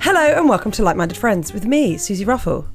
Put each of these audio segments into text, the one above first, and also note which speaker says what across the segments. Speaker 1: Hello and welcome to Like Minded Friends with me, Susie Ruffle.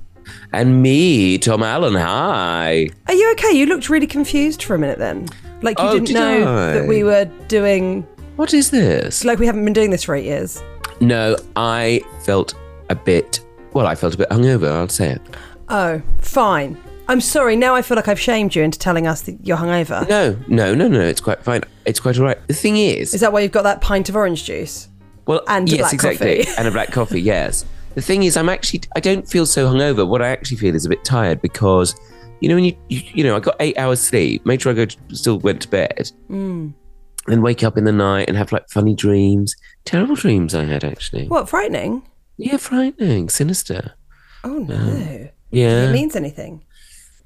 Speaker 2: And me, Tom Allen. Hi.
Speaker 1: Are you okay? You looked really confused for a minute then. Like you
Speaker 2: Oh,
Speaker 1: didn't
Speaker 2: did
Speaker 1: know
Speaker 2: I?
Speaker 1: that we were doing,
Speaker 2: What is this?
Speaker 1: like we haven't been doing this for eight years.
Speaker 2: No, I felt a bit. Well, I felt a bit hungover. I'll say it.
Speaker 1: Oh, fine. I'm sorry, now I feel like I've shamed you into telling us that you're hungover.
Speaker 2: No, no, no, no. It's quite fine. It's quite all right. The thing is,
Speaker 1: Is that why you've got that pint of orange juice?
Speaker 2: well,
Speaker 1: and a
Speaker 2: yes,
Speaker 1: black
Speaker 2: exactly,
Speaker 1: coffee?
Speaker 2: and a black coffee. Yes. The thing is, I'm actually. I don't feel so hungover. What I actually feel is a bit tired because, you know, when you you, you know, I got eight hours sleep. Made sure I go to, still went to bed.
Speaker 1: Mm.
Speaker 2: Then wake up in the night and have like funny dreams. Terrible dreams I had actually.
Speaker 1: What, frightening?
Speaker 2: Yeah, frightening, sinister.
Speaker 1: Oh no.
Speaker 2: Yeah.
Speaker 1: It means anything.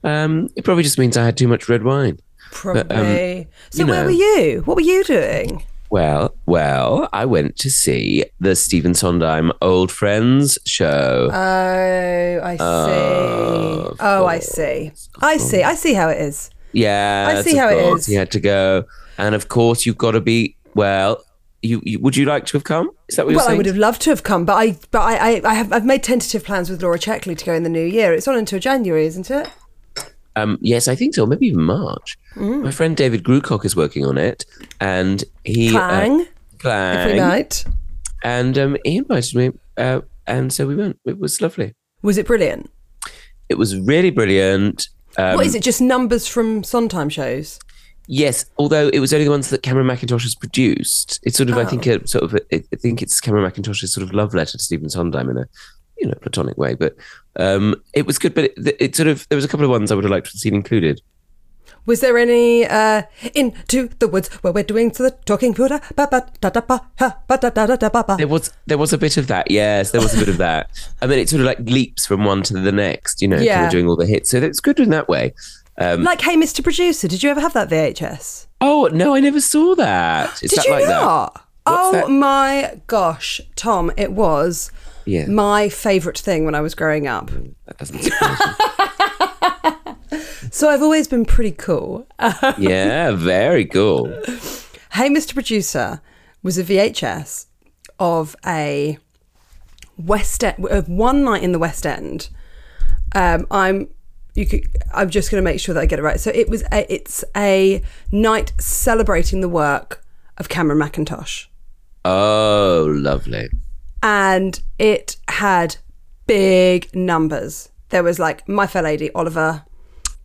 Speaker 2: Um, it probably just means I had too much red wine.
Speaker 1: Probably. so
Speaker 2: um, you
Speaker 1: where
Speaker 2: know.
Speaker 1: were you? What were you doing?
Speaker 2: Well, well, I went to see the Stephen Sondheim Old Friends show.
Speaker 1: Oh, I see.
Speaker 2: Uh,
Speaker 1: oh, I see. I see. I see how it is.
Speaker 2: yeah,
Speaker 1: I see how it is.
Speaker 2: He had to go, and of course you've got to be. Well, you, you would you like to have come? Is that what you're
Speaker 1: Well, I
Speaker 2: saying?
Speaker 1: would have loved to have come, but I, but I, I, I have, I've made tentative plans with Laura Checkley to go in the new year. It's on until January, isn't it?
Speaker 2: Um, yes, I think so. Maybe even March.
Speaker 1: Mm.
Speaker 2: My friend David Grucock is working on it, and he uh,
Speaker 1: Clang.
Speaker 2: Clang.
Speaker 1: Every night.
Speaker 2: and um, he invited me, uh, and so we went. It was lovely.
Speaker 1: Was it brilliant?
Speaker 2: It was really brilliant. Um,
Speaker 1: what is it? Just numbers from Sondheim shows.
Speaker 2: Yes, although it was only the ones that Cameron McIntosh has produced. It's sort of, I think,
Speaker 1: Oh.
Speaker 2: a sort of, I I think it's Cameron McIntosh's sort of love letter to Stephen Sondheim in a, you know, platonic way. But um, it was good. But it, it sort of, there was a couple of ones I would have liked to have seen included.
Speaker 1: Was there any uh, into the woods where we're doing the talking Buddha? Ba ba da da ba ha ba da da da da ba ba.
Speaker 2: There was, there was a bit of that. Yes, there was a bit of that. I mean, it sort of like leaps from one to the next. You know, kind
Speaker 1: Yeah.
Speaker 2: of doing all the hits. So it's good in that way. um,
Speaker 1: Like, hey, Mr. Producer, did you ever have that VHS?
Speaker 2: Oh no, I never saw that. Is
Speaker 1: Did
Speaker 2: that
Speaker 1: you
Speaker 2: like
Speaker 1: not? oh
Speaker 2: that?
Speaker 1: my gosh, Tom, it was
Speaker 2: Yeah. Mm.
Speaker 1: my favourite thing when I was growing up.
Speaker 2: that? That doesn't. surprise me.
Speaker 1: So I've always been pretty cool. Uh,
Speaker 2: yeah, very cool.
Speaker 1: hey, Mr. Producer was a VHS of a West End, of one night in the West End. Um, I'm. You could, I'm just going to make sure that I get it right. So it was. A, it's a night celebrating the work of Cameron McIntosh.
Speaker 2: Oh, lovely.
Speaker 1: and it had big numbers. There was like My Fair Lady, Oliver,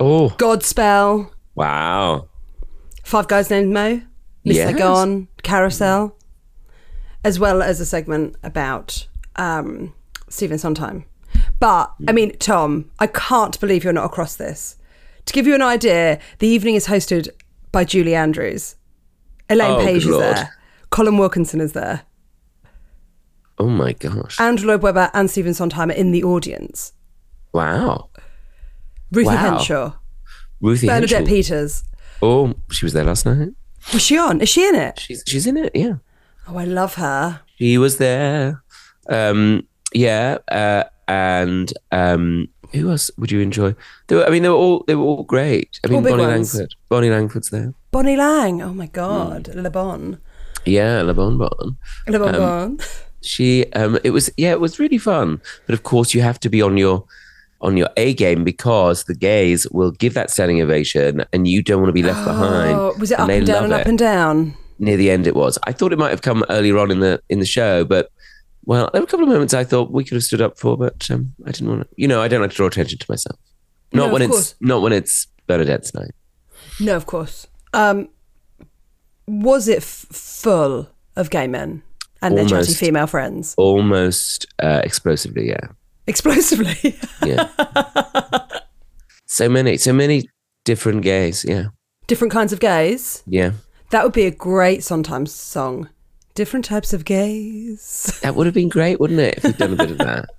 Speaker 2: Oh,
Speaker 1: Godspell,
Speaker 2: wow.
Speaker 1: Five Guys Named Mo, Miss
Speaker 2: Yes.
Speaker 1: Saigon, Carousel, as well as a segment about um, Stephen Sondheim. But I mean, Tom, I can't believe you're not across this. To give you an idea, the evening is hosted by Julie Andrews. Elaine
Speaker 2: Oh,
Speaker 1: Page
Speaker 2: good
Speaker 1: is
Speaker 2: lord.
Speaker 1: there. Colin Wilkinson is there.
Speaker 2: Oh my gosh.
Speaker 1: Andrew Lloyd Webber and Stephen Sondheim are in the audience.
Speaker 2: wow.
Speaker 1: Ruthie
Speaker 2: Wow.
Speaker 1: Henshaw,
Speaker 2: Ruthie
Speaker 1: Bernadette
Speaker 2: Henshaw.
Speaker 1: Peters.
Speaker 2: Oh, she was there last night.
Speaker 1: Was she on? Is she in it?
Speaker 2: She's she's in it. Yeah,
Speaker 1: Oh, I love her.
Speaker 2: she was there. Um, yeah, uh, and um, who else would you enjoy? They were, I mean, they were all they were all great. I mean,
Speaker 1: big
Speaker 2: Bonnie
Speaker 1: ones.
Speaker 2: Langford. Bonnie Langford's there.
Speaker 1: Bonnie Lang. Oh my God.
Speaker 2: Hmm.
Speaker 1: Le Bon.
Speaker 2: Yeah, La Bon Bon.
Speaker 1: Le Bon
Speaker 2: Um,
Speaker 1: Bon.
Speaker 2: She. Um, it was yeah, it was really fun. But of course, you have to be on your on your A game because the gays will give that standing ovation, and you don't want to be left behind.
Speaker 1: Oh, was it up
Speaker 2: they
Speaker 1: and down
Speaker 2: love
Speaker 1: and up
Speaker 2: it.
Speaker 1: and down?
Speaker 2: near the end it was. I thought it might have come earlier on in the in the show, but well, there were a couple of moments I thought we could have stood up for, but um, I didn't want to. You know, I don't like to draw attention to myself. Not
Speaker 1: No,
Speaker 2: when
Speaker 1: of
Speaker 2: it's
Speaker 1: course.
Speaker 2: not when it's Bernadette's night.
Speaker 1: No, of course. Um, was it f- full of gay men and their chatty
Speaker 2: Almost.
Speaker 1: female friends?
Speaker 2: Almost uh, explosively, yeah,
Speaker 1: Explosively.
Speaker 2: yeah. so many, so many different gays, yeah,
Speaker 1: Different kinds of gays.
Speaker 2: yeah.
Speaker 1: That would be a great sometimes song. Different types of gays.
Speaker 2: That would have been great, wouldn't it, if we'd done a bit of that?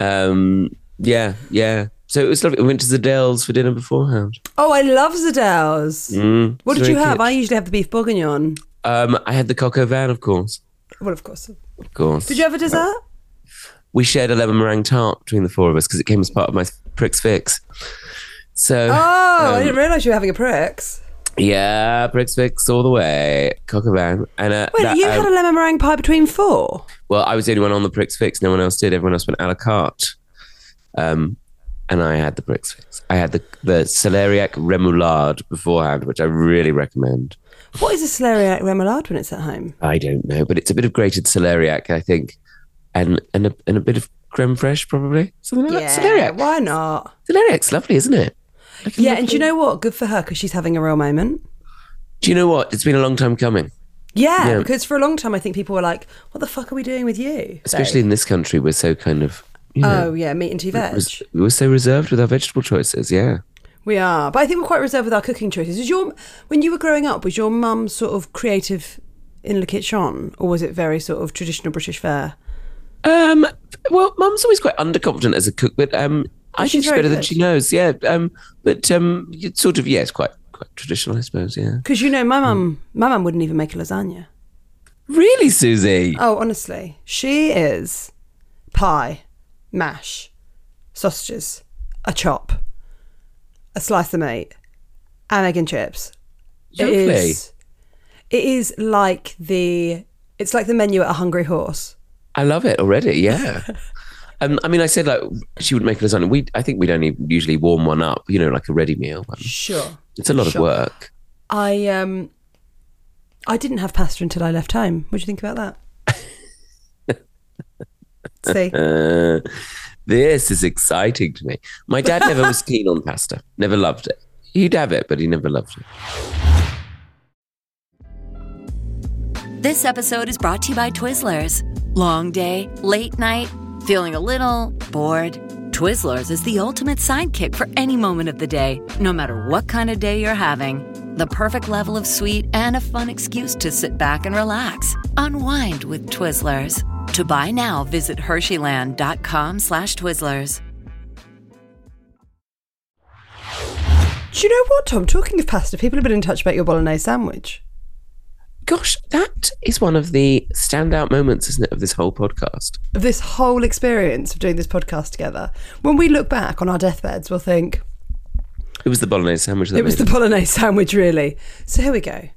Speaker 2: Um, yeah, yeah. So it was lovely. We went to the Dells for dinner beforehand.
Speaker 1: Oh, I love Zadell's.
Speaker 2: Mm,
Speaker 1: what
Speaker 2: it's
Speaker 1: did you
Speaker 2: very
Speaker 1: have?
Speaker 2: cute.
Speaker 1: I usually have the beef bourguignon.
Speaker 2: Um, I had the Coco Van, of course.
Speaker 1: Well, of course.
Speaker 2: Of course.
Speaker 1: Did you have a dessert?
Speaker 2: we shared a lemon meringue tart between the four of us because it came as part of my Pricks Fix. So,
Speaker 1: Oh,
Speaker 2: um,
Speaker 1: I didn't realise you were having a pricks.
Speaker 2: yeah, Pricks Fix all the way. Cockaban. And uh,
Speaker 1: Wait,
Speaker 2: that,
Speaker 1: you
Speaker 2: um,
Speaker 1: had a lemon meringue pie between four?
Speaker 2: well, I was the only one on the Pricks Fix. No one else did. Everyone else went a la carte. Um, and I had the Pricks Fix. I had the, the celeriac remoulade beforehand, which I really recommend.
Speaker 1: What is a celeriac remoulade when it's at home?
Speaker 2: I don't know, but it's a bit of grated celeriac, I think, and and a, and a bit of creme fraiche, probably. Something like that. Celeriac.
Speaker 1: why not?
Speaker 2: Celeriac's lovely, isn't it? Like a
Speaker 1: Yeah, and do you
Speaker 2: lovely-
Speaker 1: know what? Good for her because she's having a real moment.
Speaker 2: Do you know what? It's been a long time coming,
Speaker 1: Yeah,
Speaker 2: Yeah.
Speaker 1: because for a long time I think people were like, "What the fuck are we doing with you?"
Speaker 2: especially in this country. We're so kind of, you know,
Speaker 1: Oh yeah, meat and tea veg.
Speaker 2: res- we're so reserved with our vegetable choices. Yeah.
Speaker 1: We are, but I think we're quite reserved with our cooking choices. Was your when you were growing up, was your mum sort of creative in the kitchen, or was it very sort of traditional British fare?
Speaker 2: Um. Well, Mum's always quite underconfident as a cook, but um, I
Speaker 1: she's
Speaker 2: think she's
Speaker 1: very
Speaker 2: better than
Speaker 1: good.
Speaker 2: she knows. Yeah. Um. But um, it's sort of yeah, it's quite quite traditional, I suppose. Yeah.
Speaker 1: Because you know, my mum, my mum wouldn't even make a lasagna.
Speaker 2: Really, Susie.
Speaker 1: Oh, honestly, she is pie, mash, sausages, a chop, a slice of meat, and egg and chips. It
Speaker 2: Lovely.
Speaker 1: is. It is like the. It's like the menu at a Hungry Horse.
Speaker 2: I love it already. Yeah. Um, I mean, I said like she would make lasagna. We, I think we'd only usually warm one up, you know, like a ready meal. One.
Speaker 1: Sure.
Speaker 2: It's a lot
Speaker 1: Sure.
Speaker 2: of work.
Speaker 1: I um. I didn't have pasta until I left home. What do you think about that? See,
Speaker 2: Uh, this is exciting to me. My dad never was keen on pasta, never loved it. He'd have it, but he never loved it.
Speaker 3: This episode is brought to you by Twizzlers. Long day, late night, feeling a little bored. Twizzlers is the ultimate sidekick for any moment of the day, no matter what kind of day you're having. The perfect level of sweet and a fun excuse to sit back and relax. Unwind with Twizzlers. To buy now, visit Hersheyland.com slash Twizzlers.
Speaker 1: do you know what, Tom? Talking of pasta, people have been in touch about your bolognese sandwich.
Speaker 2: Gosh, that is one of the standout moments, isn't it, of this whole podcast?
Speaker 1: of this whole experience of doing this podcast together. When we look back on our deathbeds, we'll think
Speaker 2: It was the bolognese sandwich. That
Speaker 1: it was the
Speaker 2: made
Speaker 1: bolognese sandwich, really. So here we go.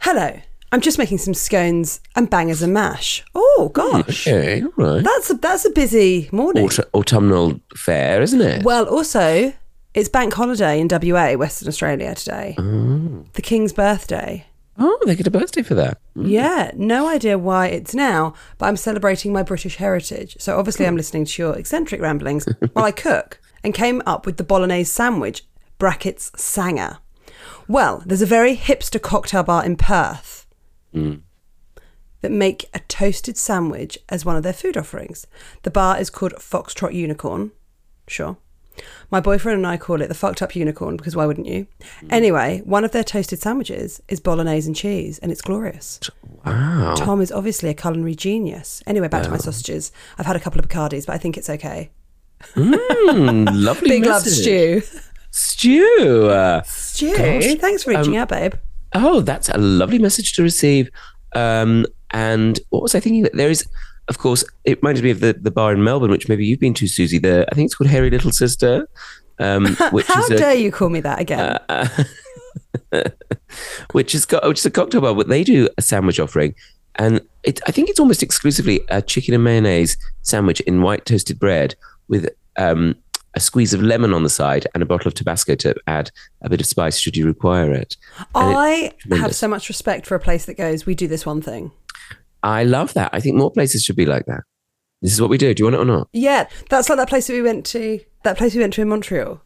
Speaker 1: Hello, I'm just making some scones and bangers and mash. Oh gosh,
Speaker 2: Okay, all right.
Speaker 1: that's a, that's a busy morning.
Speaker 2: Autu- autumnal fair, isn't it?
Speaker 1: Well, also it's bank holiday in WA, Western Australia today. The King's birthday.
Speaker 2: oh, they get a birthday for that.
Speaker 1: Yeah, no idea why it's now, but I'm celebrating my British heritage. So obviously, I'm listening to your eccentric ramblings while I cook and came up with the bolognese sandwich, brackets Sanger. Well, there's a very hipster cocktail bar in Perth that make a toasted sandwich as one of their food offerings. The bar is called Foxtrot Unicorn. Sure. My boyfriend and I call it the fucked up unicorn because why wouldn't you? Anyway, one of their toasted sandwiches is bolognese and cheese, and it's glorious.
Speaker 2: Wow.
Speaker 1: Tom is obviously a culinary genius. Anyway, back to my sausages. I've had a couple of Bacardis, but I think it's okay.
Speaker 2: Mm, lovely.
Speaker 1: Big love,
Speaker 2: message.
Speaker 1: stew.
Speaker 2: Stew. Uh,
Speaker 1: Stew.
Speaker 2: gosh.
Speaker 1: Thanks for reaching
Speaker 2: Um,
Speaker 1: out, babe.
Speaker 2: Oh, that's a lovely message to receive. Um, and what was I thinking? There is, of course, it reminded me of the, the bar in Melbourne, which maybe you've been to, Susie. The I think it's called Hairy Little Sister, um, which
Speaker 1: How
Speaker 2: is a, Uh,
Speaker 1: dare you call me that again?
Speaker 2: which has got which is a cocktail bar, but they do a sandwich offering, and it, I think it's almost exclusively a chicken and mayonnaise sandwich in white toasted bread with um, a squeeze of lemon on the side and a bottle of Tabasco to add a bit of spice should you require it. And it-
Speaker 1: I have
Speaker 2: tremendous.
Speaker 1: so much respect for a place that goes, we do this one thing.
Speaker 2: I love that. I think more places should be like that. This is what we do. Do you want it or not?
Speaker 1: Yeah, that's like that place that we went to. That place we went to in Montreal.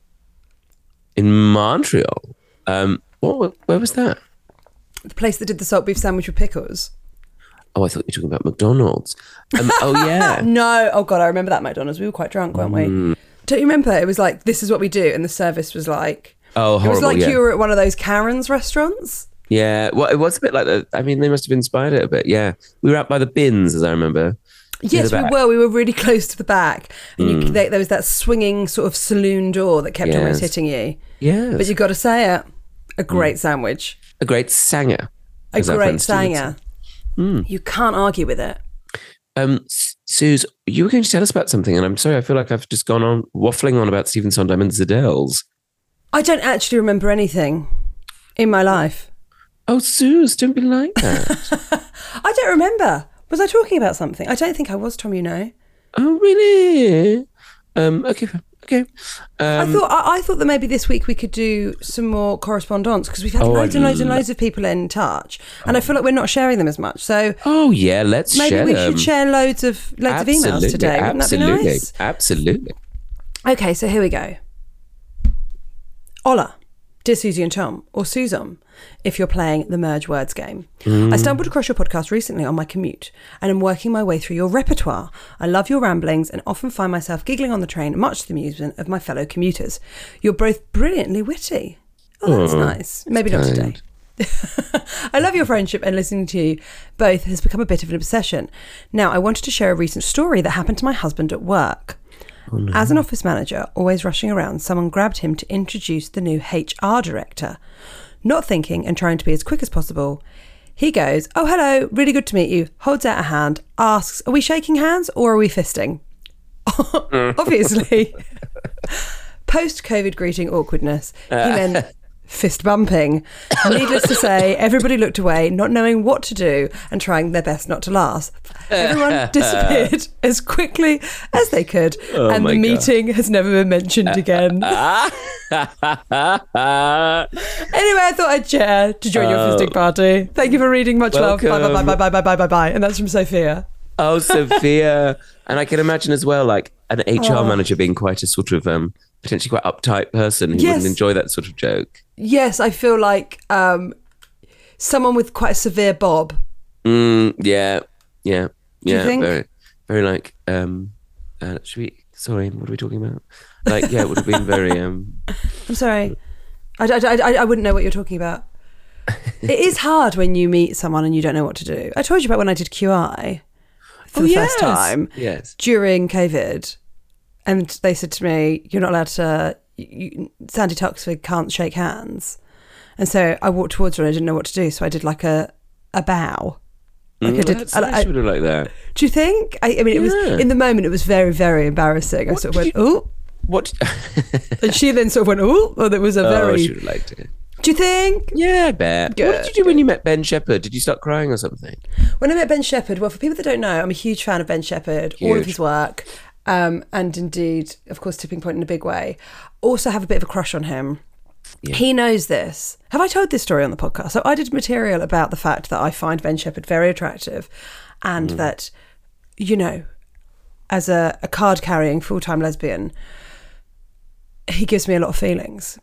Speaker 2: In Montreal, um, what, where was that?
Speaker 1: The place that did the salt beef sandwich with pickles.
Speaker 2: Oh, I thought you were talking about McDonald's. Um, oh yeah. Mm.
Speaker 1: No, oh god, I remember that McDonald's. We were quite drunk, weren't we? Don't you remember? It was like this is what we do, and the service was like
Speaker 2: Oh,
Speaker 1: it was
Speaker 2: horrible,
Speaker 1: like
Speaker 2: yeah.
Speaker 1: you were at one of those Karen's restaurants.
Speaker 2: Yeah, well, it was a bit like that. I mean, they must have inspired it a bit. Yeah, we were out by the bins, as I remember.
Speaker 1: Yes, we
Speaker 2: back. Mm.
Speaker 1: were. We were really close to the back, and you, there, there was that swinging sort of saloon door that kept
Speaker 2: Yes.
Speaker 1: almost
Speaker 2: Mm.
Speaker 1: hitting you.
Speaker 2: Yeah,
Speaker 1: But you got to say it, a great sandwich,
Speaker 2: a great sanger.
Speaker 1: a
Speaker 2: as our friend
Speaker 1: great
Speaker 2: Steve would
Speaker 1: sanger.
Speaker 2: Mm.
Speaker 1: You can't argue with it.
Speaker 2: say. Um, S- Suze, you were going to tell us about something, and I'm sorry, I feel like I've just gone on waffling on about Stephen Sondheim and Zidell's.
Speaker 1: I don't actually remember anything in my life.
Speaker 2: Oh, Suze, don't be like that.
Speaker 1: I don't remember. Was I talking about something? I don't think I was, Tom. You know,
Speaker 2: oh, really? Um, okay, fine. okay.
Speaker 1: I
Speaker 2: Um,
Speaker 1: thought I, I thought that maybe this week we could do some more correspondence because we've had
Speaker 2: Oh,
Speaker 1: loads
Speaker 2: I'd
Speaker 1: and loads and
Speaker 2: lo-
Speaker 1: loads of people in touch, and I feel like we're not sharing them as much. So
Speaker 2: oh, yeah. Let's
Speaker 1: maybe
Speaker 2: share
Speaker 1: we
Speaker 2: them.
Speaker 1: should share loads of loads of emails today. Wouldn't
Speaker 2: Absolutely,
Speaker 1: that be nice?
Speaker 2: absolutely.
Speaker 1: Okay, so here we go. Hola, dear Susie and Tom, or Susan, if you're playing the merge words game.
Speaker 2: Hmm.
Speaker 1: I stumbled across your podcast recently on my commute and am working my way through your repertoire. I love your ramblings and often find myself giggling on the train, much to the amusement of my fellow commuters. You're both brilliantly witty. Oh, that's
Speaker 2: Aw,
Speaker 1: nice. Maybe not today.
Speaker 2: kind.
Speaker 1: I love your friendship and listening to you both has become a bit of an obsession. Now, I wanted to share a recent story that happened to my husband at work. As an office manager, always rushing around, someone grabbed him to introduce the new HR director. Not thinking and trying to be as quick as possible, he goes, Oh, hello, really good to meet you. Holds out a hand, asks, Are we shaking hands or are we fisting? Obviously. Post COVID greeting awkwardness, he
Speaker 2: Uh.
Speaker 1: meant fist bumping. Needless to say, everybody looked away, not knowing what to do and trying their best not to laugh. Everyone disappeared as quickly as they could, and
Speaker 2: Oh my
Speaker 1: the
Speaker 2: God.
Speaker 1: meeting has never been mentioned again. Anyway, I thought I'd share to join your fisting party. Thank you for reading. Much love. Bye,
Speaker 2: Oh. Welcome.
Speaker 1: bye, bye, bye, bye, bye, bye, bye. And that's from Sophia.
Speaker 2: Oh, Sophia. and I can imagine as well, like an HR
Speaker 1: Oh.
Speaker 2: manager being quite a sort of um, potentially quite uptight person who
Speaker 1: Yes.
Speaker 2: wouldn't enjoy that sort of joke.
Speaker 1: Yes, I feel like um, someone with quite a severe bob.
Speaker 2: Mm, yeah, yeah,
Speaker 1: you
Speaker 2: yeah.
Speaker 1: think?
Speaker 2: Very, very like. Um, uh, should we? Sorry, what are we talking about? Like, yeah, it would have been very. Um,
Speaker 1: I'm sorry. I, I, I, I wouldn't know what you're talking about. it is hard when you meet someone and you don't know what to do. I told you about when I did QI for
Speaker 2: Oh,
Speaker 1: the
Speaker 2: yes.
Speaker 1: first time
Speaker 2: Yes.
Speaker 1: during COVID. And they said to me, You're not allowed to, you, Sandy Tuxford can't shake hands. And so I walked towards her and I didn't know what to do. So I did like a, a bow. Like I
Speaker 2: mm,
Speaker 1: did.
Speaker 2: that's
Speaker 1: I-
Speaker 2: nice,
Speaker 1: I-
Speaker 2: you would have liked that.
Speaker 1: do you think? I, I mean, it was
Speaker 2: Yeah.
Speaker 1: in the moment, it was very, very embarrassing. I
Speaker 2: What
Speaker 1: sort of went,
Speaker 2: did
Speaker 1: Oh.
Speaker 2: What?
Speaker 1: And she then sort of went, Oh. Well, it was a
Speaker 2: oh, I
Speaker 1: very,
Speaker 2: should have liked it.
Speaker 1: do you think?
Speaker 2: Yeah, I bet. What
Speaker 1: Good,
Speaker 2: did you do when you met Ben Shepherd? Did you start crying or something?
Speaker 1: When I met Ben Shepherd, well, for people that don't know, I'm a huge fan of Ben Shepherd, all of
Speaker 2: Huge.
Speaker 1: his work, um, and indeed, of course, Tipping Point in a big way. Also, have a bit of a crush on him. He knows this. Have I told this story on the podcast? So I did material about the fact that I find Ben Shepherd very attractive, and that, you know, as a, a card carrying full time lesbian, he gives me a lot of feelings.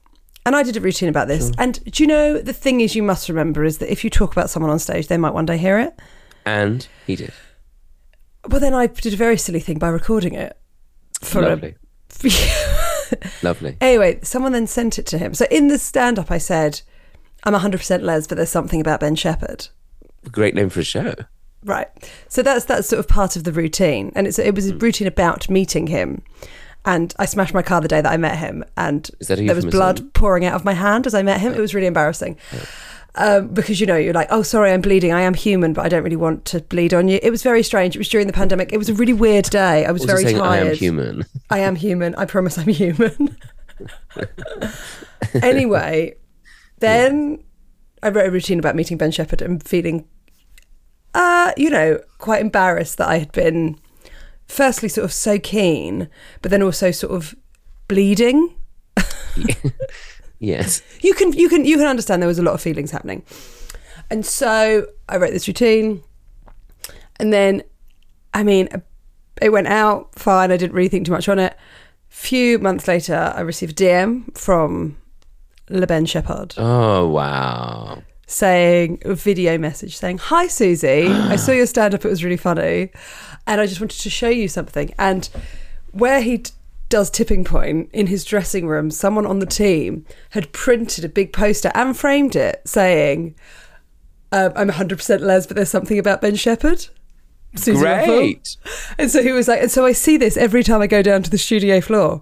Speaker 1: And I did a routine about this. And do you know the thing is you must remember is that if you talk about someone on stage, they might one day hear it.
Speaker 2: And he did.
Speaker 1: Well, then I did a very silly thing by recording it for
Speaker 2: Lovely.
Speaker 1: a.
Speaker 2: Lovely.
Speaker 1: Anyway, someone then sent it to him. So in the stand up, I said, I'm 100% Les, but there's something about Ben Shepherd.
Speaker 2: Great name for a show.
Speaker 1: Right. So that's that's sort of part of the routine, and it's it was
Speaker 2: Hmm.
Speaker 1: a routine about meeting him. And I smashed my car the day that I met him, and
Speaker 2: Is that a
Speaker 1: there was
Speaker 2: euphemism?
Speaker 1: blood pouring out of my hand as I met him. It was really embarrassing. Um, because you know you're like oh sorry i'm bleeding i am human but i don't really want to bleed on you it was very strange it was during the pandemic it was a really weird day i was
Speaker 2: Also
Speaker 1: very
Speaker 2: saying
Speaker 1: tired
Speaker 2: I am human.
Speaker 1: I am human. I promise I'm human. anyway, then I wrote a routine about meeting Ben Shepherd and feeling, uh, you know, quite embarrassed that I had been, firstly, sort of so keen, but then also sort of bleeding.
Speaker 2: yes.
Speaker 1: You can, you can, you can understand there was a lot of feelings happening, and so I wrote this routine, and then, I mean, uh, it went out fine. I didn't really think too much on it. Few months later, I received a DM from LeBen Shepherd
Speaker 2: Oh wow.
Speaker 1: saying a video message saying, "Hi Susie, I saw your stand up. It was really funny, and I just wanted to show you something." And where he d- does tipping point in his dressing room, someone on the team had printed a big poster and framed it saying, um, "I'm 100% les, but there's something about Ben Shepherd." Susie Ruffle."
Speaker 2: Great.
Speaker 1: And so he was like, and so I see this every time I go down to the studio floor.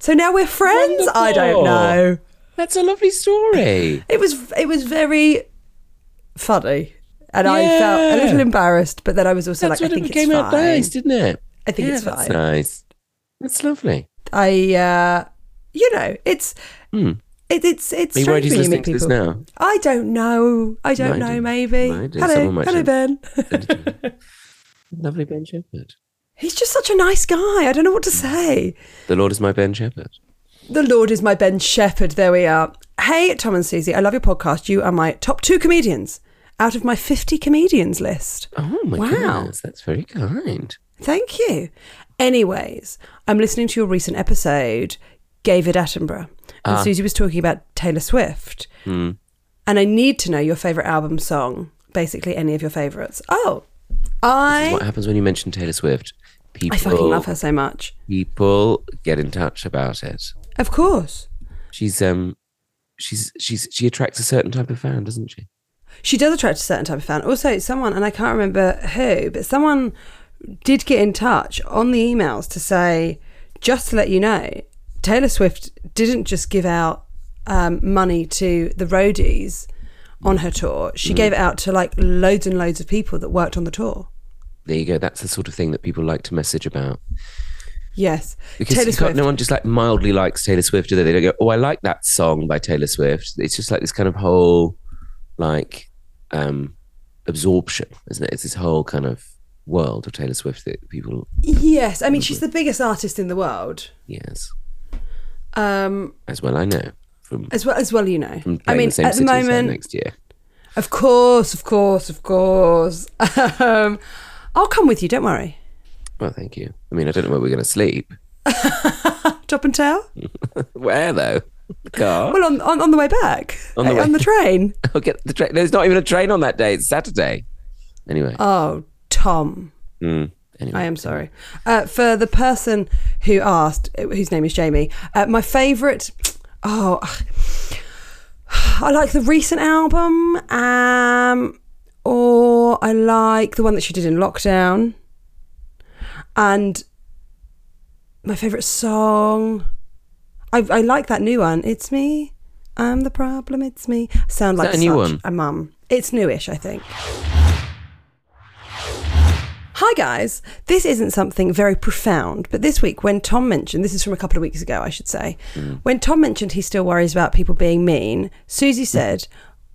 Speaker 1: So now we're friends. I don't
Speaker 2: Wonderful.
Speaker 1: know.
Speaker 2: That's a lovely story.
Speaker 1: It was it was very funny, and I felt a
Speaker 2: Yeah.
Speaker 1: little embarrassed. But then I was also
Speaker 2: That's
Speaker 1: like,
Speaker 2: what
Speaker 1: I think
Speaker 2: it came
Speaker 1: it's
Speaker 2: out
Speaker 1: fine.
Speaker 2: nice, didn't it?
Speaker 1: I think
Speaker 2: yeah,
Speaker 1: it's
Speaker 2: That's
Speaker 1: fine.
Speaker 2: nice. That's lovely.
Speaker 1: I, uh, you know, it's
Speaker 2: Hmm.
Speaker 1: it, it's it's
Speaker 2: Are you
Speaker 1: strange
Speaker 2: worried he's
Speaker 1: when you
Speaker 2: listening
Speaker 1: meet
Speaker 2: to this
Speaker 1: people.
Speaker 2: now?
Speaker 1: I don't know. I don't
Speaker 2: Might
Speaker 1: know.
Speaker 2: do.
Speaker 1: Maybe.
Speaker 2: Might do.
Speaker 1: Hello,
Speaker 2: Someone might
Speaker 1: hello,
Speaker 2: do.
Speaker 1: Ben.
Speaker 2: Lovely Ben Shepherd.
Speaker 1: He's just such a nice guy. I don't know what to say.
Speaker 2: The Lord is my Ben Shepherd.
Speaker 1: The Lord is my Ben Shepherd. There we are. Hey, Tom and Susie, I love your podcast. You are my top two comedians out of my 50 comedians list.
Speaker 2: Oh my
Speaker 1: Wow.
Speaker 2: goodness, that's very kind.
Speaker 1: Thank you. Anyways, I'm listening to your recent episode, David Attenborough, and
Speaker 2: Ah.
Speaker 1: Susie was talking about Taylor Swift.
Speaker 2: Hmm.
Speaker 1: And I need to know your favourite album song, basically any of your favourites. Oh, I,
Speaker 2: What happens when you mention Taylor Swift? People,
Speaker 1: I fucking love her so much.
Speaker 2: people get in touch about it.
Speaker 1: Of course.
Speaker 2: She's um, she's she's she attracts a certain type of fan, doesn't she?
Speaker 1: she does attract a certain type of fan. Also, someone, and I can't remember who, but someone did get in touch on the emails to say, just to let you know, Taylor Swift didn't just give out um, money to the roadies on her tour.
Speaker 2: Mm.
Speaker 1: She gave it out to like loads and loads of people that worked on the tour.
Speaker 2: There you go. That's the sort of thing that people like to message about.
Speaker 1: Yes.
Speaker 2: Because
Speaker 1: Taylor
Speaker 2: you can't-
Speaker 1: Swift.
Speaker 2: no one just like mildly likes Taylor Swift, do they? They don't go, "Oh, I like that song by Taylor Swift." It's just like this kind of whole, like, um, absorption, isn't it? It's this whole kind of world of Taylor Swift that people,
Speaker 1: yes. I mean, she's
Speaker 2: Mm.
Speaker 1: the biggest artist in the world.
Speaker 2: yes,
Speaker 1: Um,
Speaker 2: as well I know from,
Speaker 1: as well as well, you know.
Speaker 2: from playing
Speaker 1: I mean,
Speaker 2: the same
Speaker 1: at the
Speaker 2: cities there
Speaker 1: moment,
Speaker 2: next year.
Speaker 1: Of course, of course, of course. um, I'll come with you, don't worry.
Speaker 2: Well, thank you. I mean, I don't know where we're going to sleep.
Speaker 1: Top and tail?
Speaker 2: Mm. Where though? The car.
Speaker 1: Well, on, on, on the way back,
Speaker 2: On the
Speaker 1: Uh,
Speaker 2: way-
Speaker 1: on the train.
Speaker 2: I'll get the train. There's not even a train on that day. It's Saturday. Anyway.
Speaker 1: Oh, Tom.
Speaker 2: Mm. Anyway.
Speaker 1: I am sorry. Uh, for the person who asked, uh, whose name is Jamie, uh, my favourite. Oh, I like the recent album, um, or I like the one that she did in lockdown. And my favourite song, I, I like that new one. It's me. I'm the problem. It's me. Sound like
Speaker 2: that a new
Speaker 1: such
Speaker 2: one?
Speaker 1: A mum. It's newish, I think. Hi, guys. This isn't something very profound, but this week, when Tom mentioned, this is from a couple of weeks ago, I should say, when Tom mentioned he still worries about people being mean, Susie said,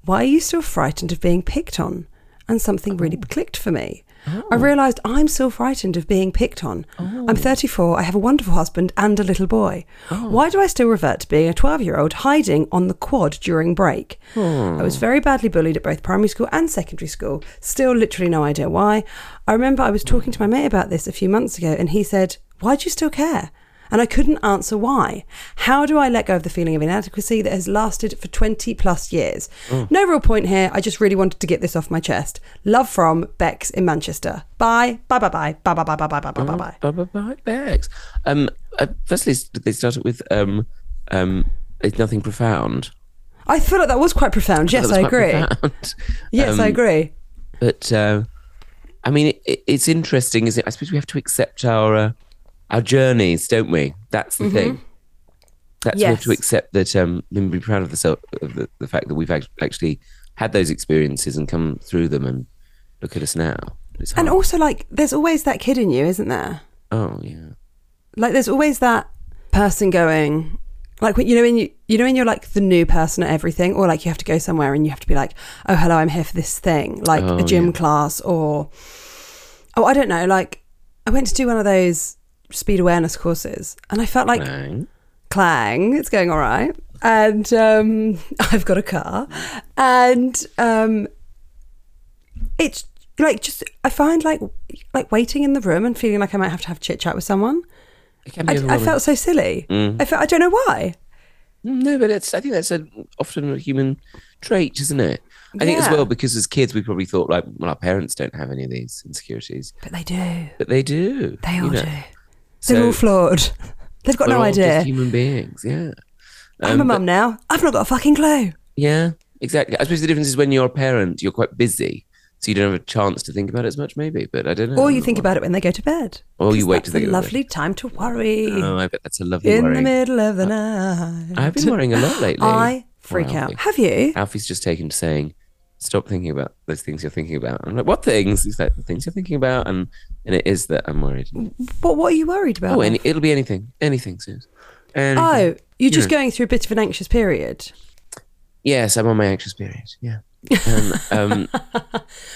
Speaker 1: Why are you still frightened of being picked on? And something really clicked for me. I realised I'm still frightened of being picked on. I'm 34, I have a wonderful husband and a little boy. Why do I still revert to being a 12 year old hiding on the quad during break? I
Speaker 2: Hmm.
Speaker 1: was very badly bullied at both primary school and secondary school, still literally no idea why. I remember I was talking to my mate about this a few months ago and he said, Why do you still care? And I couldn't answer why. How do I let go of the feeling of inadequacy that has lasted for 20 plus years?
Speaker 2: Hmm.
Speaker 1: No real point here. I just really wanted to get this off my chest. Love from Bex in Manchester. Bye. Bye bye bye. Bye bye bye bye bye bye bye bye bye.
Speaker 2: Bye bye bye, Bex. Um, uh, firstly, s- they started with um, um, it's nothing profound.
Speaker 1: I feel like that was quite profound.
Speaker 2: That
Speaker 1: Yes,
Speaker 2: was
Speaker 1: I
Speaker 2: quite
Speaker 1: agree.
Speaker 2: profound.
Speaker 1: Yes, I
Speaker 2: Um,
Speaker 1: agree.
Speaker 2: But uh, I mean, it- it, it's interesting, isn't it? I suppose we have to accept our uh, our journeys, don't we? That's the thing. That's we have to
Speaker 1: Mm-hmm. Yes.
Speaker 2: accept that um, and be proud of the, self, of the the fact that we've act- actually had those experiences and come through them, and look at us now. It's
Speaker 1: And
Speaker 2: hard.
Speaker 1: also, like, there's always that kid in you, isn't there?
Speaker 2: oh yeah,
Speaker 1: Like, there's always that person going, like, when- you know, when you, you know, when you're like the new person at everything, or like you have to go somewhere and you have to be like, oh, hello, I'm here for this thing, like
Speaker 2: Oh,
Speaker 1: a gym
Speaker 2: yeah.
Speaker 1: class, or, oh, I don't know, like, I went to do one of those speed awareness courses, and I felt like
Speaker 2: Bang.
Speaker 1: clang. It's going all right. And um, I've got a car. And um, it's like just I find like like waiting in the room and feeling like I might have to have chit chat with someone.
Speaker 2: It can be
Speaker 1: I, I
Speaker 2: overwhelming.
Speaker 1: felt so silly.
Speaker 2: Mm.
Speaker 1: I felt I don't know why.
Speaker 2: No, but it's, I think that's a, often a human trait, isn't it? I think as
Speaker 1: Yeah.
Speaker 2: well because as kids we probably thought like, well, our parents don't have any of these insecurities,
Speaker 1: But they do.
Speaker 2: but they do.
Speaker 1: They
Speaker 2: you
Speaker 1: all
Speaker 2: know.
Speaker 1: do. They're all flawed. They've got
Speaker 2: we're
Speaker 1: no
Speaker 2: all
Speaker 1: idea.
Speaker 2: Just human beings, yeah.
Speaker 1: I'm a
Speaker 2: Um, but-
Speaker 1: mum now. I've not got a fucking clue.
Speaker 2: Yeah, exactly. I suppose the difference is when you're a parent, you're quite busy, so you don't have a chance to think about it as much, maybe. But I don't know.
Speaker 1: Or you think about it when they go to bed.
Speaker 2: Oh, Or you
Speaker 1: 'Cause
Speaker 2: wait till
Speaker 1: that's
Speaker 2: they
Speaker 1: a
Speaker 2: go to bed.
Speaker 1: lovely time to worry
Speaker 2: Oh, Uh, I bet that's a lovely
Speaker 1: in the
Speaker 2: worrying.
Speaker 1: middle of the night.
Speaker 2: I've been worrying a lot lately.
Speaker 1: I freak
Speaker 2: Wow,
Speaker 1: out.
Speaker 2: Alfie.
Speaker 1: Have you?
Speaker 2: Alfie's just taken to saying, "Stop thinking about those things you're thinking about." I'm like, "What things?" He's like, "The things you're thinking about," and and it is that I'm worried.
Speaker 1: What What are you worried about?
Speaker 2: Oh, any, it'll be anything, anything, Suze. Anything.
Speaker 1: uh-huh. oh, you're just
Speaker 2: Yeah.
Speaker 1: going through a bit of an anxious period.
Speaker 2: Yes, I'm on my anxious period. Yeah. And, um,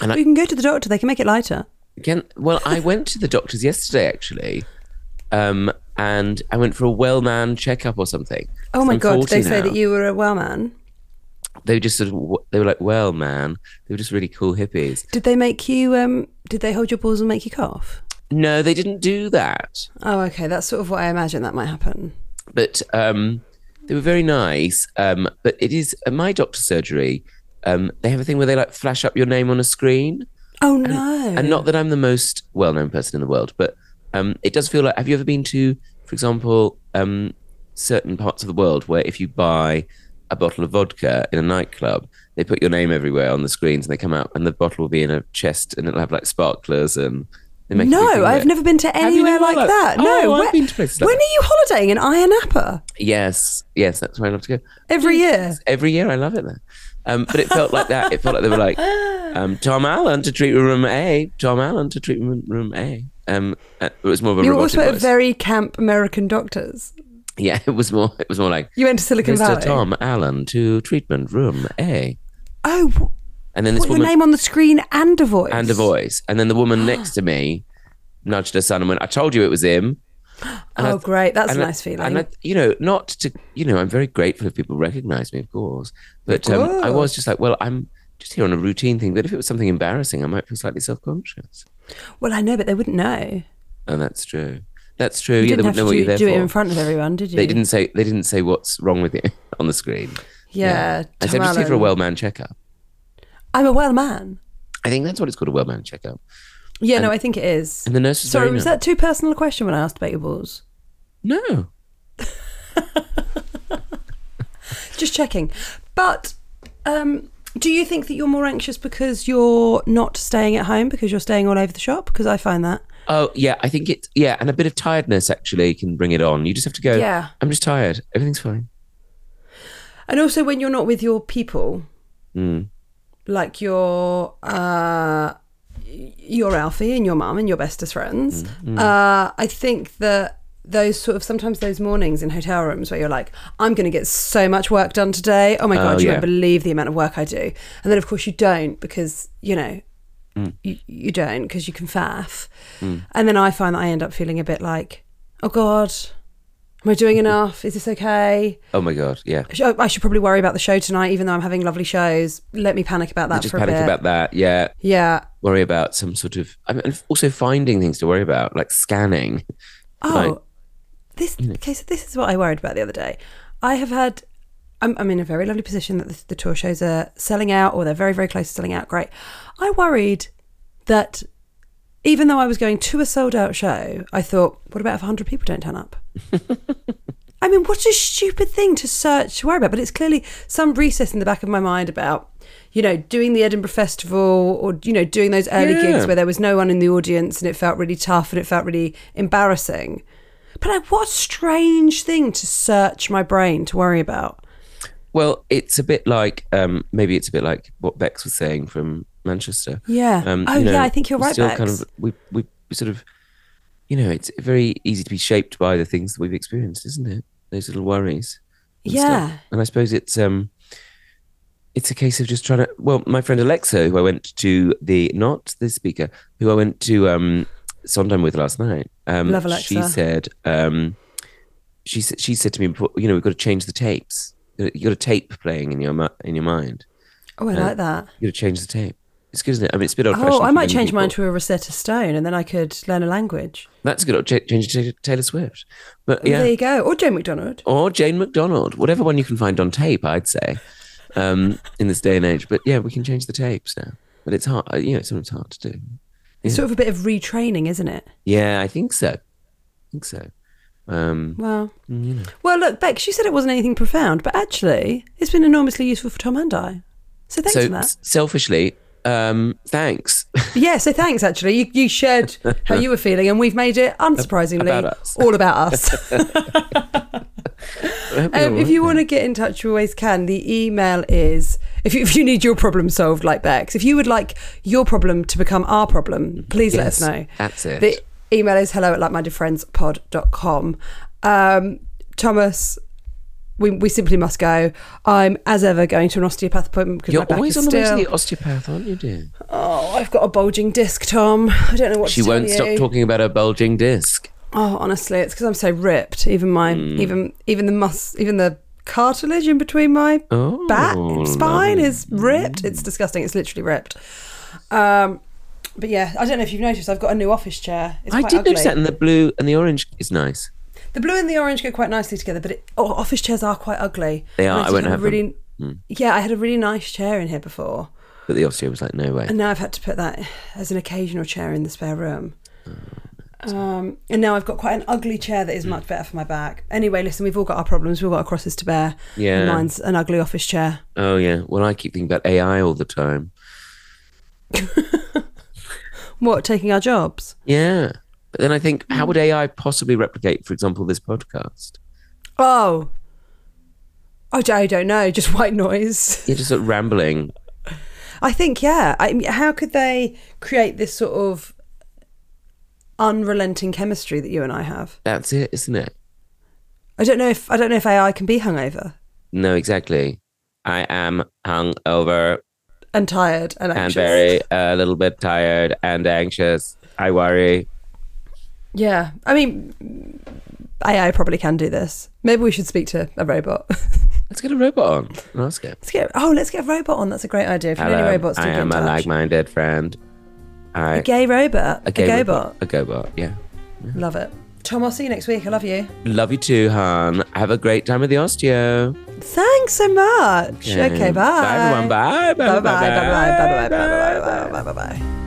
Speaker 1: But you can go to the doctor; they can make it lighter.
Speaker 2: Again, well, I went to the doctor's yesterday actually, um, and I went for a well man checkup or something.
Speaker 1: Oh my
Speaker 2: I'm
Speaker 1: god! Did
Speaker 2: 40
Speaker 1: they say
Speaker 2: now.
Speaker 1: that you were a well man?
Speaker 2: They were just sort of they were like, well, man, they were just really cool hippies.
Speaker 1: Did they make you? Um, did they hold your balls and make you cough?
Speaker 2: No, they didn't do that,
Speaker 1: Oh, okay. That's sort of what I imagine that might happen.
Speaker 2: but um, they were very nice. Um, but it is uh, my doctor's surgery. Um, they have a thing where they like flash up your name on a screen,
Speaker 1: Oh no!
Speaker 2: and not that I'm the most well known person in the world, but um, it does feel like. Have you ever been to, for example, um, certain parts of the world where if you buy a bottle of vodka in a nightclub, they put your name everywhere on the screens and they come out, and the bottle will be in a chest and it'll have like sparklers and. They make you feel
Speaker 1: no,
Speaker 2: it.
Speaker 1: I've never been to
Speaker 2: Have you
Speaker 1: anywhere
Speaker 2: never
Speaker 1: like
Speaker 2: like-
Speaker 1: that.
Speaker 2: Oh,
Speaker 1: no,
Speaker 2: I've been to places like
Speaker 1: when
Speaker 2: that.
Speaker 1: are you holidaying in Iron Appa
Speaker 2: Yes, yes, that's where I love to go.
Speaker 1: every year?
Speaker 2: Every year, I love it there. Um, but it felt like that. It felt like they were like um, Tom Allen to treatment room A, Tom Allen to treatment room A. Um, uh, it was more of a
Speaker 1: You were
Speaker 2: robotic
Speaker 1: also at
Speaker 2: voice.
Speaker 1: very camp American doctors.
Speaker 2: Yeah, it was more. It was more like
Speaker 1: You went to Silicon
Speaker 2: Mr.
Speaker 1: Valley.
Speaker 2: Tom Allen to treatment room A,
Speaker 1: Oh, wh-
Speaker 2: and then this
Speaker 1: what your
Speaker 2: woman
Speaker 1: name on the screen and a voice
Speaker 2: and a voice, and then the woman next to me nudged her son and went, "I told you it was him." And I-
Speaker 1: Oh, great. That's a
Speaker 2: and I-
Speaker 1: nice feeling.
Speaker 2: And I, you know, not to you know, I'm very grateful if people recognise me, of course. But um, I was just like, well, I'm just here on a routine thing. But if it was something embarrassing, I might feel slightly self-conscious.
Speaker 1: Well, I know, but they wouldn't know.
Speaker 2: And that's true. That's true.
Speaker 1: You
Speaker 2: yeah, they
Speaker 1: didn't have
Speaker 2: Oh, wouldn't know
Speaker 1: to
Speaker 2: what
Speaker 1: do,
Speaker 2: you're there
Speaker 1: do
Speaker 2: for.
Speaker 1: it in front of everyone, did you?
Speaker 2: They didn't say. They didn't say what's wrong with you on the screen.
Speaker 1: Yeah.
Speaker 2: I said,
Speaker 1: Tom
Speaker 2: I'm just here for a
Speaker 1: Allen.
Speaker 2: well-man checkup.
Speaker 1: I'm a well man.
Speaker 2: I think that's what it's called, a well-man checkup.
Speaker 1: Yeah, no, I think it is.
Speaker 2: And the nurse was
Speaker 1: Sorry,
Speaker 2: very
Speaker 1: was
Speaker 2: nice.
Speaker 1: that too personal a question when I asked about your balls?
Speaker 2: No.
Speaker 1: Just checking. But um, do you think that you're more anxious because you're not staying at home because you're staying all over the shop? Because I find that.
Speaker 2: Oh yeah, I think it. Yeah, and a bit of tiredness actually can bring it on. You just have to go.
Speaker 1: Yeah.
Speaker 2: I'm just tired. Everything's fine.
Speaker 1: And also when you're not with your people, like your uh, your Alfie and your mum and your bestest friends, uh, I think that those sort of sometimes those mornings in hotel rooms where you're like, I'm going to get so much work done today. Oh my god, you
Speaker 2: yeah.
Speaker 1: won't believe the amount of work I do. And then of course you don't because you know. You, you don't because you can faff. And then I find that I end up feeling a bit like, oh God, am I doing enough? Is this okay?
Speaker 2: Oh my god. Yeah.
Speaker 1: Sh- I should probably worry about the show tonight, even though I'm having lovely shows. Let me panic about that
Speaker 2: Just
Speaker 1: for a
Speaker 2: panic
Speaker 1: bit.
Speaker 2: about that. Yeah.
Speaker 1: yeah.
Speaker 2: Worry about some sort of. I mean, and also finding things to worry about, like scanning.
Speaker 1: Oh,
Speaker 2: Like,
Speaker 1: This okay, so this is what I worried about the other day. I have had I'm, I'm in a very lovely position that the, the tour shows are selling out or they're very, very close to selling out. Great. I worried that even though I was going to a sold out show, I thought, what about if 100 people don't turn up? I mean, what a stupid thing to search to worry about. But it's clearly some recess in the back of my mind about, you know, doing the Edinburgh Festival or, you know, doing those early
Speaker 2: Yeah.
Speaker 1: gigs where there was no one in the audience and it felt really tough and it felt really embarrassing. But like, what a strange thing to search my brain to worry about.
Speaker 2: Well, it's a bit like um, maybe it's a bit like what Bex was saying from Manchester.
Speaker 1: Yeah. Oh,
Speaker 2: Um, you know,
Speaker 1: yeah, I think you're
Speaker 2: we
Speaker 1: right,
Speaker 2: Still kind
Speaker 1: Bex.
Speaker 2: of we we sort of you know it's very easy to be shaped by the things that we've experienced, isn't it? Those little worries. and stuff.
Speaker 1: Yeah.
Speaker 2: And I suppose it's um it's a case of just trying to well, my friend Alexa, who I went to the not the speaker, who I went to um Sondheim with last night. Um
Speaker 1: Love Alexa.
Speaker 2: she said um she said she said to me before, you know, we've got to change the tapes. You got a tape playing in your mi- in your mind.
Speaker 1: Oh, I like that.
Speaker 2: You got to change the tape. It's good, isn't it? I mean, it's a bit old fashioned.
Speaker 1: Oh, I might change mine to a Rosetta Stone and then I could learn a language.
Speaker 2: That's good. Ch- change it to Taylor Swift. But yeah.
Speaker 1: There you go. Or Joan McDonald.
Speaker 2: or Jane McDonald, whatever one you can find on tape, I'd say, um, in this day and age. But yeah, we can change the tapes now. But it's hard, uh, you know, it's sometimes hard to do.
Speaker 1: It's sort of a bit of retraining, isn't it?
Speaker 2: Yeah, I think so. I think so. Um,
Speaker 1: Wow. Well, look, Bex, you said it wasn't anything profound, but actually, it's been enormously useful for Tom and I. So thanks
Speaker 2: so
Speaker 1: for that.
Speaker 2: s- selfishly, um, thanks.
Speaker 1: Yeah, so thanks, actually. You, you shared how you were feeling, and we've made it, unsurprisingly,
Speaker 2: About us.
Speaker 1: all about us. um, if you want to get in touch, you always can. The email is if you, if you need your problem solved, like Bex, if you would like your problem to become our problem, please
Speaker 2: Yes,
Speaker 1: let us know.
Speaker 2: that's it.
Speaker 1: The email is hello at likemindedfriendspod.com. Um, Thomas. We, we simply must go. I'm, as ever, going to an osteopath appointment because
Speaker 2: You're
Speaker 1: my back
Speaker 2: always
Speaker 1: is
Speaker 2: on the way
Speaker 1: still.
Speaker 2: to the osteopath, aren't you, dear?
Speaker 1: Oh, I've got a bulging disc, Tom. I don't know what
Speaker 2: She
Speaker 1: to tell
Speaker 2: won't stop
Speaker 1: you.
Speaker 2: talking about her bulging disc.
Speaker 1: Oh, honestly, it's because I'm so ripped. Even my,
Speaker 2: Hmm.
Speaker 1: even even the mus, even the cartilage in between my
Speaker 2: Oh,
Speaker 1: back spine is ripped. It's disgusting. It's literally ripped. Um, but yeah, I don't know if you've noticed. I've got a new office chair. It's
Speaker 2: I
Speaker 1: quite
Speaker 2: did
Speaker 1: ugly.
Speaker 2: notice that, and the blue and the orange is nice.
Speaker 1: The blue and the orange go quite nicely together, but it, oh, office chairs are quite ugly.
Speaker 2: They are.
Speaker 1: And
Speaker 2: I
Speaker 1: did
Speaker 2: won't have Hmm.
Speaker 1: really. Yeah, I had a really nice chair in here before,
Speaker 2: But the osteo was like, no way.
Speaker 1: and now I've had to put that as an occasional chair in the spare room.
Speaker 2: Oh,
Speaker 1: Um, and now I've got quite an ugly chair that is much better for my back. Anyway, listen, we've all got our problems. We've all got our crosses to bear. And
Speaker 2: Yeah.
Speaker 1: mine's an ugly office chair.
Speaker 2: Oh yeah. Well, I keep thinking about AI all the time.
Speaker 1: What, taking our jobs?
Speaker 2: Yeah. But then I think, how
Speaker 1: Hmm.
Speaker 2: would AI possibly replicate, for example, this podcast?
Speaker 1: Oh. I d- I don't know, just white noise.
Speaker 2: You're just sort of rambling.
Speaker 1: I think, yeah. I, mean, how could they create this sort of unrelenting chemistry that you and I have?
Speaker 2: That's it, isn't it?
Speaker 1: I don't know if I don't know if AI can be hungover
Speaker 2: No, exactly. I am hungover
Speaker 1: and tired and
Speaker 2: and
Speaker 1: anxious.
Speaker 2: very a little bit tired and anxious. I worry.
Speaker 1: Yeah, I mean, AI probably can do this. Maybe we should speak to a robot.
Speaker 2: Let's get a robot on and ask it.
Speaker 1: let's get oh, let's get a robot on. That's a great idea. If you know any
Speaker 2: Hello,
Speaker 1: robots, do
Speaker 2: I
Speaker 1: get in
Speaker 2: am a
Speaker 1: touch.
Speaker 2: like-minded friend. I,
Speaker 1: a gay robot, a,
Speaker 2: gay
Speaker 1: gay
Speaker 2: robot.
Speaker 1: robot.
Speaker 2: A GoBot, yeah.
Speaker 1: Love it. Tom, I'll see you next week. I love you.
Speaker 2: Love you too, hon. Have a great time with the osteo.
Speaker 1: Thanks so much. Okay, bye.
Speaker 2: Bye, everyone. Bye.
Speaker 1: Bye bye bye bye bye bye bye bye bye bye bye bye bye.